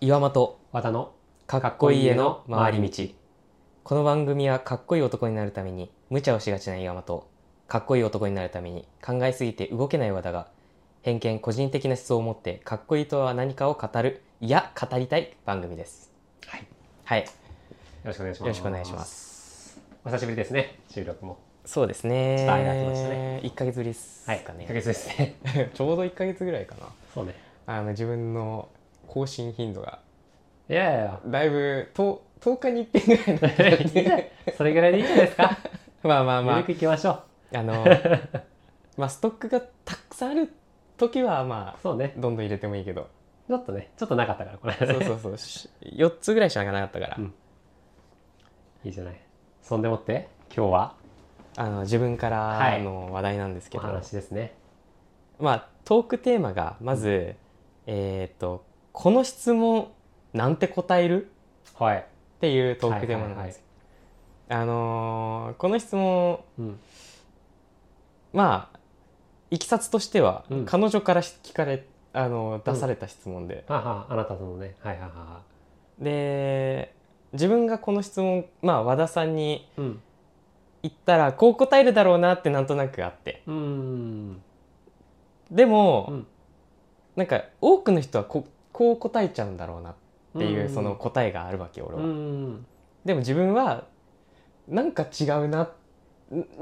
岩間と和田のかっこいい家の回り道この番組はかっこいい男になるために無茶をしがちな岩間とかっこいい男になるために考えすぎて動けない和田が偏見個人的な思想を持ってかっこいいとは何かを語るいや語りたい番組ですはいよはいろしくお願いしまよすろしくお願いしますお久しぶりですね収録もそうですねちょっと間空きましたね1ヶ月ぶりですはいかね、 1ヶ月ですね ちょうど1ヶ月ぐらいかな そうねあの自分の更新頻度がいやいや だいぶと 10, 日に1遍ぐらいになっちゃっいやいいじゃてんそれぐらいでいいじゃないですか まあまあまゆあるくい きましょうあ のまあストックがたくさんある時はまそうねあどんどん入れてもいいけどちょっとねちょっとなかったからこれそうそう そうし4つぐらいしかなかったから、うんいいじゃないそんでもって今日はあの自分からはいの話題なんですけおど、話ですねまあトークテーマがまず、えーっと「この質問なんて答える?」はい、っていうトークテーマなんですよ、あのーこの質問うん、まあいきさつとしては、うん彼女からし聞かれあのー出された質問で、あはあなたとのねはいはいはいはで自分がこの質問、まあ、和田さんにいうん言ったらこう答えるだろうなってなんとなくあってうーんでも、うんなんか多くの人はここう答えちゃうんだろうなっていううんその答えがあるわけ俺うは、んでも自分はなんか違うなん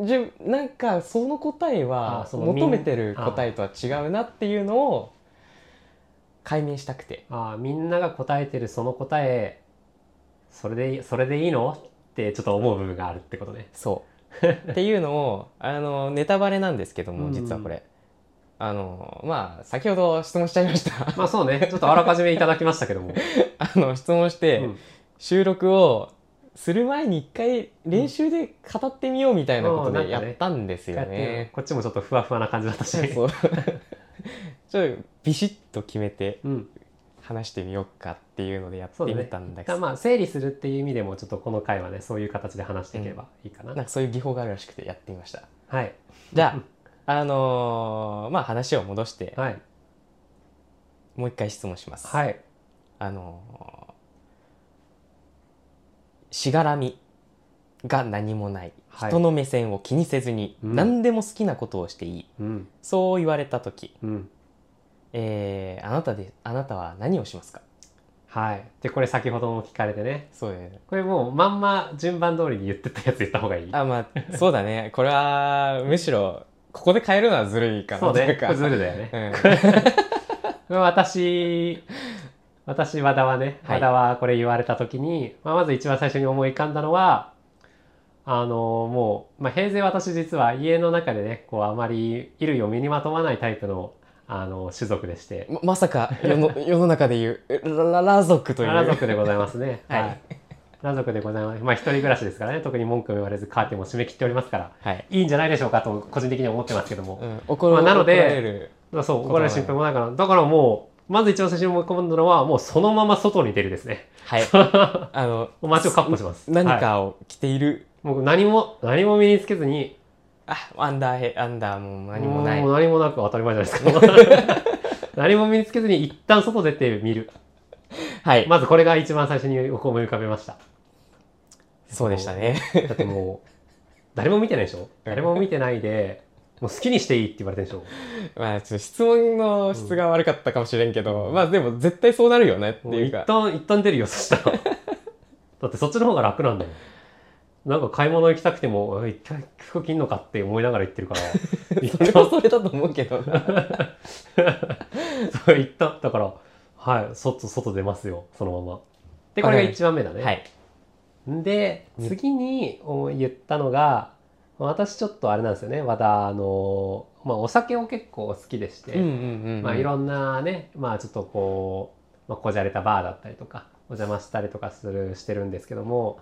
じゅなんかその答えあはそのみん求めてる答えとは違うなっていうのを解明したくてあーみんなが答えてるその答えそれでいいそれでいいのってちょっと思う部分があるってことねそう っていうのをあのネタバレなんですけどうもん実はこれ、あのまあ先ほど質問しちゃいましたまあそうねちょっとあらかじめいただきました けども、あの質問して、うん収録をする前に一回練習で語ってみようみたいなことうんでやったんですよね。こっちもちょっとふわふわな感じだったしそう ちょっとビシッと決めてうん話してみようかっていうのでやってみたんだ一けど、旦まあ整理するっていう意味でもちょっとこの回はねそういう形で話していけばいいかな、なんかそういう技法があるらしくてやってみました。はいじゃあ、あのーまあ話を戻して、はいもう一回質問します。はいあのーしがらみが何もない、はい人の目線を気にせずに、うん何でも好きなことをしていいうんそう言われた時、うんえーあなたであなたは何をしますかはいでこれ先ほども聞かれてねそうですこれもうまんま順番通りに言ってたやつ言った方がいいあまあそうだね これはむしろここで変えるのはずるいかなそうといねうこかれズルだよねうんこれ私私和田はね、はい和田はこれ言われた時に、まあ、まず一番最初に思い浮かんだのはあのもう、まあ、平成私実は家の中でねこうあまり衣類を身にまとわないタイプのあの種族でしてままさか世 の世の中でいうラララ族というラ族でございますね はいラ族でございますまあ一人暮らしですからね特に文句も言われずカーテンも締め切っておりますからはい、いいんじゃないでしょうかと個人的には思ってますけどもうん、怒らまあなので怒られるまあそう、怒られる心配もないから。だからもう、まず一番最初に思い込んだのは、もうそのまま外に出るですね。 はいあのもう街を確保します。何はいかを着ている、もう何も、何も身につけずに、あアンダーヘアンダーも何もないもう何もなく当たり前じゃないで すか。何も身につけずに一旦外出てみる。はい、まずこれが一番最初に思い浮かべました。そうでしたねだっ てもう、誰も見てないでしょ誰も見てないで、もう好きにしていいって言われてるでしょ まあちょっと質問の質が悪かったかもしれんけど、まあでも絶対そうなるよねってもういう一か旦、一旦出るよ、そしたら。だってそっちの方が楽なんだよ。なんか買い物行きたくても、おい一回服着んのかって思いながら行ってるから、一それ旦、はそれだと思うけどな そう一旦、だから、はい、外、外出ますよ、そのまま。で、これが一番目だ ね。はいで、うん次にお言ったのが、私ちょっとあれなんですよね、まだ、あの、まあ、お酒を結構好きでして、うんうんうんうんまあ、いろんなね、まあ、ちょっとこう、まあ、こじゃれたバーだったりとかお邪魔したりとかするしてるんですけども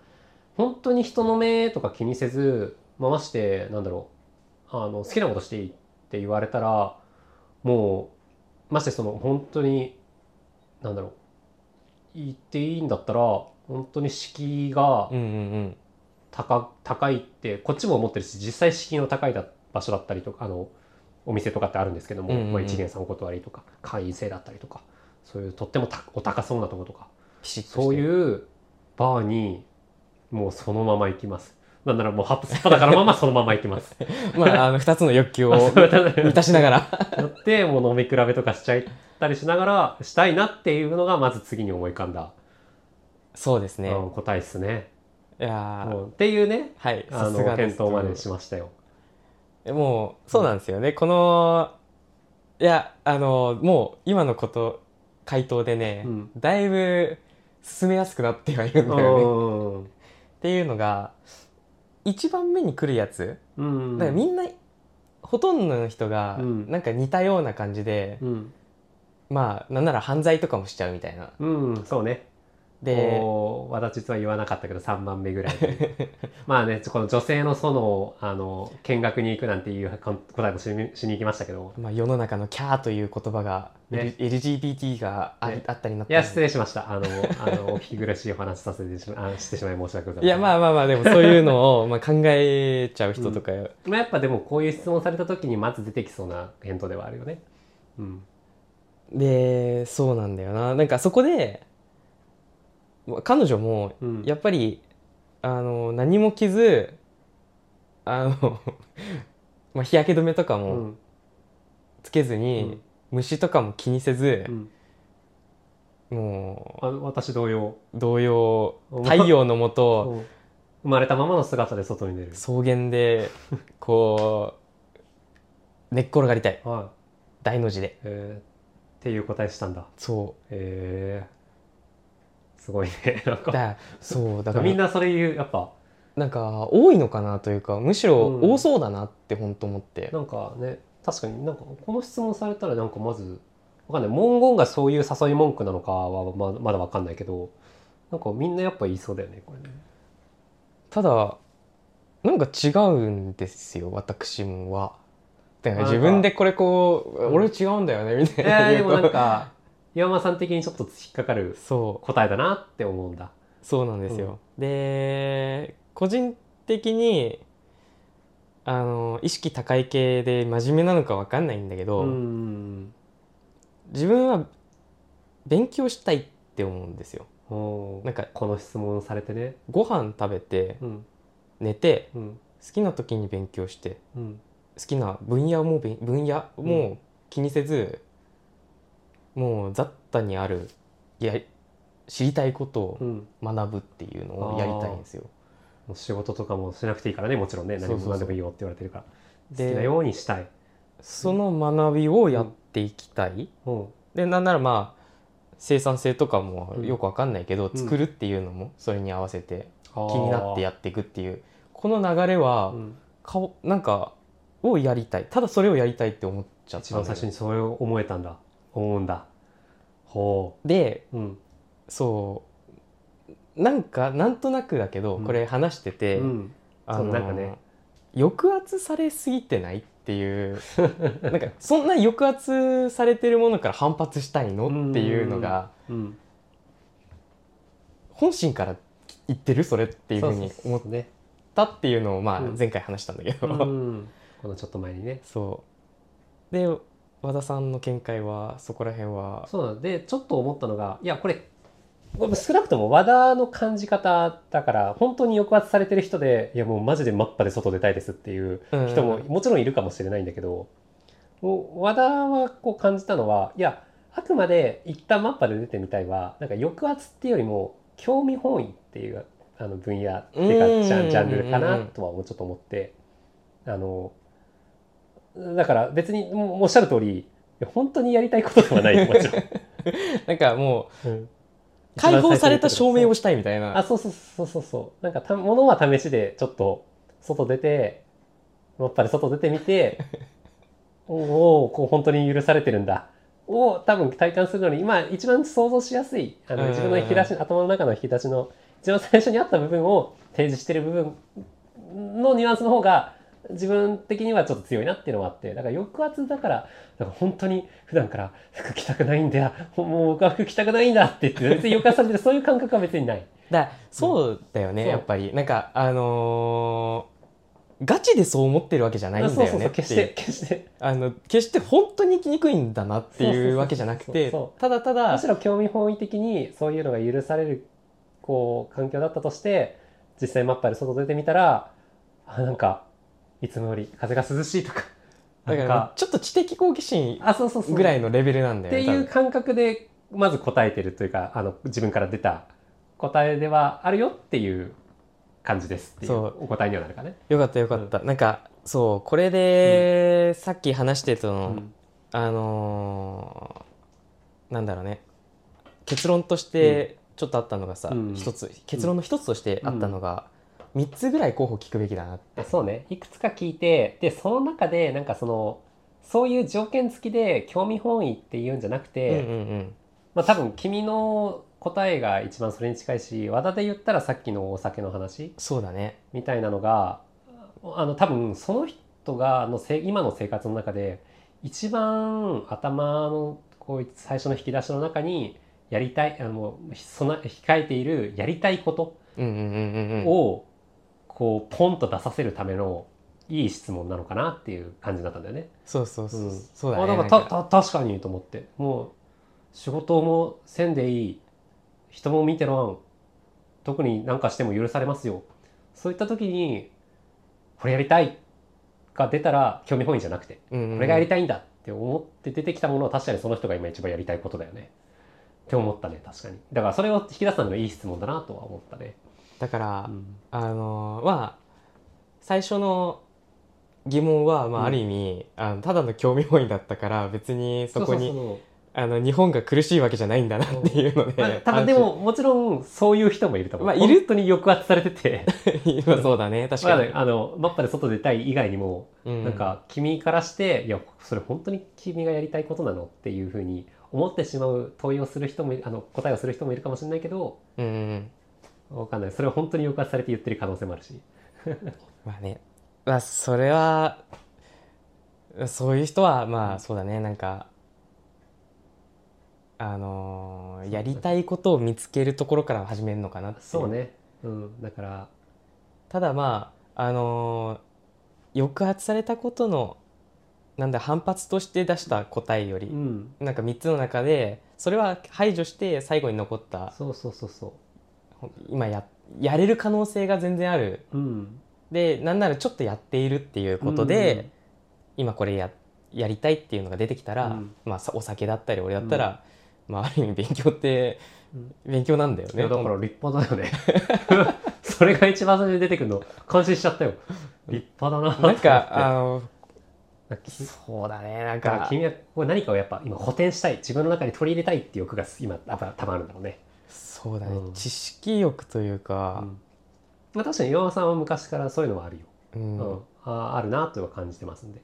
本当に人の目とか気にせず、まあ、ましてなんだろうあの好きなことしていいって言われたらもうましてその本当になんだろう言っていいんだったら本当に敷居がうんうんうん高高いってこっちも思ってるし実際敷居の高いだ場所だったりとかあのお店とかってあるんですけども、うんうんうんまあ、1年3お断りとか会員制だったりとかそういうとってもたお高そうなとことかピシッとしてそういうバーにもうそのまま行きますなんならもうハップスパだからままそのまま行きます まああの2つの欲求 を満たしながらやってもう飲み比べとかしちゃったりしながらしたいなっていうのがまず次に思い浮かんだ、そうですね、うん、答えですね、いやうーんっていうねはいあさのすがで検す討までしましたよもうそうなんですよね、このいやあのもう今のこと回答でね、うんだいぶ進めやすくなってはいるんだよね。っていうのが一番目に来るやつうんだからみんな、ほとんどの人がうんなんか似たような感じで、うんまあなんなら犯罪とかもしちゃうみたいな。うん、そうねでこう私実は言わなかったけど3番目ぐらいで まあねこの女性の園をあの見学に行くなんていうこ答えもしにしに行きましたけどまあ、世の中の「キャー」という言葉が、ね L- LGBT があ,、ねあったりなったりいや失礼しましたあのあのお聞き苦しいお話させてしま あしてしまい申し訳ございませんいやまあまあまあでもそういうのをまあ考えちゃう人とか、まあやっぱでもこういう質問された時にまず出てきそうな返答ではあるよねうんでそうなんだよななんかそこでまあ彼女もうんやっぱりあの何も着ずあの まあ日焼け止めとかうもんつけずに、虫とかも気にせずう、んもあの私同様う同様お前太陽のもとうん 生まれたままの姿で外に出る草原でこう寝っ転がりたいは大の字でい、えーっていう答えしたんだそへえすごいね なんうかだそうだからみんなそれ言うやっぱなんか多いのかなというかむしろうん多そうだなって本当思って、なんかね確かになんかこの質問されたらなんかまずわかんない文言がそういう誘い文句なのかはままだわかんないけどなんかみんなやっぱ言いそうだよねこれねただなんか違うんですよ私もはだからなんか自分でこれこううん俺違うんだよねみたいなえー、で言うもとなんか 岩間さん的にちょっと引っかかるそ答えだなって思うんだうそうなんですよ、で個人的にあの意識高い系で真面目なのか分かんないんだけうど、ん自分は勉強したいって思うんですよおーなんかこの質問されてねご飯食べてうん寝てうん好きな時に勉強してうん好きな分野もべん分野も気にせず、もう雑多にあるや知りたいことうをん学ぶっていうのをやりたいんですよ。もう仕事とかもしなくていいからねもちろんねそ何うそうそもう何でもいいよって言われてるからで好きなようにしたいその学びをやっていきたい、うんでなんならまあ生産性とかもうんよくわかんないけど、ん作るっていうのもそれに合わせて気気になってやっていくっていうこの流れは、うん顔なんかをやりたいただそれをやりたいって思っちゃっ一たん番だ最よ初にそれを思えたんだ思うんだほでううんそうなんかなんとなくだけど、うんこれ話してうて、んあのそうなんかね抑圧されすぎてないっていう なんかそんな抑圧されてるものから反発したいのっていうのがうん本心から言ってるそれっていうふうにそうそうそう思ったっていうのをまあうん前回話したんだけうど、んこのちょっと前にね そうで和田さんの見解はそこら辺はそうなんでちょっと思ったのがいやこれこれ少なくとも和田の感じ方だから本当に抑圧されてる人でいやもうマジでマッパで外出たいですっていう人ももちろんいるかもしれないんだけど、もう和田はこう感じたのはいやあくまで一旦マッパで出てみたいはなんか抑圧っていうよりも興味本位っていうあの分野っていううんかジャンジャンルかうんうんなうんとはもうちょっと思ってあのだから別にもうおっしゃる通りいや本当にやりたいことではないよもち ろん。なんかもうんう解放された証明をしたいみたい なあそうそうそうそうそうなんかたものは試しでちょっと外出てやっぱり外出て みておおこう本当に許されてるんだを多分体感するのに今一番想像しやすいあうんうんうんの自分の引き出し頭の中の引き出しの一番最初にあった部分を提示してる部分のニュアンスの方が自分的にはちょっと強いなっていうのもあってだから抑圧だからなんか本当に普段から服着たくないんだよほもう僕は服着たくないんだって言って別に抑圧されてるそういう感覚は別にない。だそうだよね、そうやっぱりなんかあのーガチでそう思ってるわけじゃないんそうだよそうねそうって決しいてう決してあの決して本当に生きにくいんだなってそうそういそううわけじゃなくてそう そただたむだしろ興味本位的にそういうのが許されるこう環境だったとして実際マッパで外出てみたらあなんかいつもより風が涼しいとかなだかんらかちょっと知的好奇心あそうそうそうぐらいのレベルなんだっよてねいう感覚でまず答えてるというかあの自分から出た答えではあるよっていう感じですっていうそうお答えにはなるかね。よかったよかった、なんかそうこれで、さっき話してたの、あのーなんだろうね結論としてちょっとあったのがさ、うん一つ結論の一つとしてあったのが、三3つぐらい候補聞くべきだなって、そうねいくつか聞いてでその中でなんかそのそういう条件付きで興味本位っていうんじゃなくて、うんうんうんまあ、多分君の答えが一番それに近いし和田で言ったらさっきのお酒の話そうだねみたいなのがあの多分その人がのせ今の生活の中で一番頭のこう最初の引き出しの中にやりたいあのそな控えているやりたいことうんうんうんうんうんをこうポンと出させるためのいい質問なのかなっていう感じだったんだよね。そうそうそう、うんそうだあねなんかなんかたた確かにと思ってもう仕事もせんでいい人も見てらん特に何かしても許されますよそういった時にこれやりたいが出たら興味本位じゃなくてうんうんうんこれがやりたいんだって思って出てきたものは確かにその人が今一番やりたいことだよねって思ったね確かにだからそれを引き出すためのいい質問だなとは思ったね、だから、うんあのーまあ最初の疑問は、まあ、うんある意味、あのただの興味本位だったから別にそこにうそうそうあの日本が苦しいわけじゃないんだなっていうの で、まあただでももちろんそういう人もいると思う、まあいる本当に抑圧されてて安心まあそうだね確まかあに、あのマッパで外出たい以外にも、うんなんか君からしていやそれ本当に君がやりたいことなのっていうふうに思ってしまう問いをする人もいあの答えをする人もいるかもしれないけどうんうんわかんないそれは本当に抑圧されて言ってる可能性もあるしまあねまあそれはそういう人はまあそうだねなんかあのーやりたいことを見つけるところから始めるのかなっていそうね、うん、だからただまああのー抑圧されたことのなんだ反発として出した答えより、うんなんか3つの中でそれは排除して最後に残ったそうそうそうそ今ややれる可能性が全然あるううんでなんならちょっとやっているっていうことで、今これややりたいっていうのが出てきたら、うんまあ、さお酒だったり俺だったら、まあ、ある意味勉強ってうん勉強なんだよいやね。だから立派だよね それが一番最初に出てくるの感心しちゃったよ立派 だなと思なんってかあのなんかそうだねなんだからか君はここれ何かをやっぱ今補填したい自分の中に取り入れたいっていう欲が今やっぱ多分あるんだろうね、そうだね、うん知識欲というか、まあ、確かに岩間さんは昔からそういうのはあるよ、うんうんあーあるなというのは感じてますんで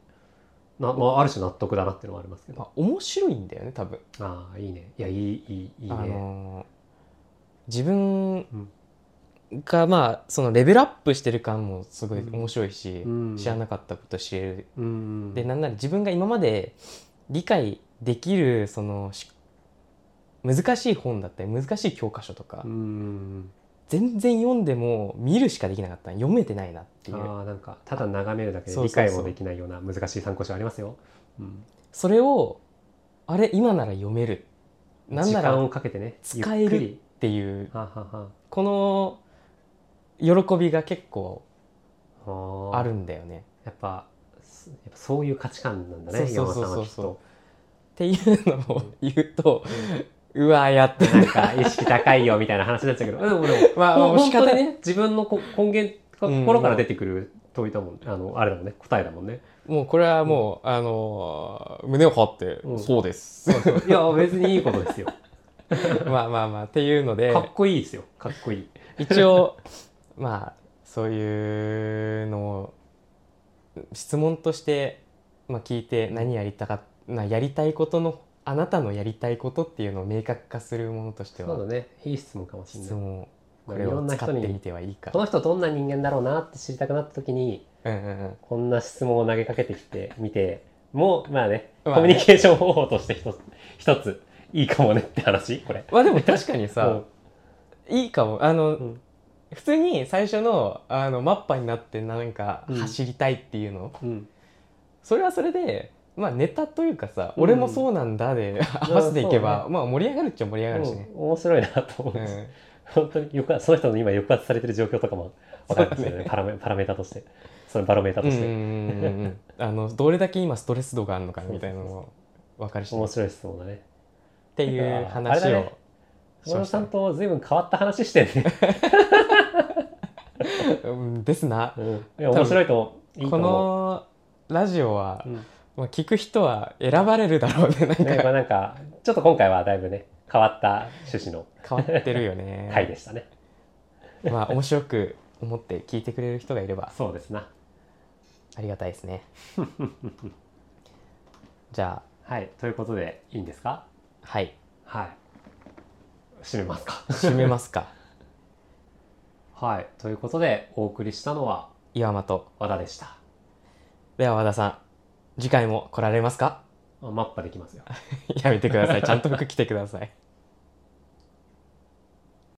な、まあ、ある種納得だなっていうのはありますけどまあ、面白いんだよね多分。ああいいねいやいいいいいいあねのー自分がまあそのレベルアップしてる感もすごい面白いし、うん知らなかったこと知れる、うんでなんなら自分が今まで理解できるそのし難しい本だったり難しい教科書とか、うん全然読んでも見るしかできなかった読めてないなっていうああなんかただ眺めるだけでそう理そうそう解もできないような難しい参考書ありますよ、うん、それをあれ今なら読めるなん時な間らっをかけてね使えるゆっくりていうはあはあはこの喜びが結構あはああるんだよね。やっぱすやっぱそういう価値観なんだねそう山そう田そうさんそはうきっと。っていうのを言うと、うわや ってなんか意識高いよみたいな話になっ ちゃうけど、うん、俺も。まあまあほん仕方本当なにいね、自分のこ根源、心から出てくる問いだもん、あの、あれだもんね、答えだもんね。もうこれはもう、あのー胸を張って、うんそうですそうそういや、別にいいことで すよ。まあまあまあっていうのでかっこいいですよ。かっこいい。一応まあそういうのを質問として、まあ、聞いて何やりたかなやりたいことのあなたのやりたいことっていうのを明確化するものとしてそうはだね。いい質問かもしれ質ない。問こまあれいろをんな使人ってみに、てはいいかこの人どんな人間だろうなって知りたくなった時に、うんうんうんこんな質問を投げかけてきてみて、もう、まあね、まあコミュニケーション方法として一つ、一つ、 いいかもねって話これ。まあでも確かにうさんいいかもあの、うん普通に最初のあのマッパになってなんかうん走りたいっていうの、うん、それはそれで、まあ、ネタというかさ「うん俺もそうなんだ で」合わせていけば、そまあ盛り上がるっちゃ盛り上がるしね。うん面白いなと思う、うん本当に抑圧その人の今抑圧されてる状況とかも分かりますよねそうねパラメパラメータとしてそのバロメータうとんうしんて、うんうんあのどれだけ今ストレス度があるのかみたいなのも分かるしね、面っ白い質問だねていうあれだ話をねし小ま野したさんね、と随分変わった話してんね、うんですなうん、 いや面白いと思ういいとこ思のラジオはう、、うんまあ、聞く人は選ばれるだろうねなんかねまあなんかちょっと今回はだいぶね変わった趣旨の変わってるよ ね、回でしたね、まあ面白く思って聞いてくれる人がいればそうですなありがたいですねじゃはいということでいいんですかあはいはい締めますか締めますかはいということでお送りしたのは岩間と和田でしたでは和田さん次回も来られますか マッパできますよやめてくださいちゃんと服着てください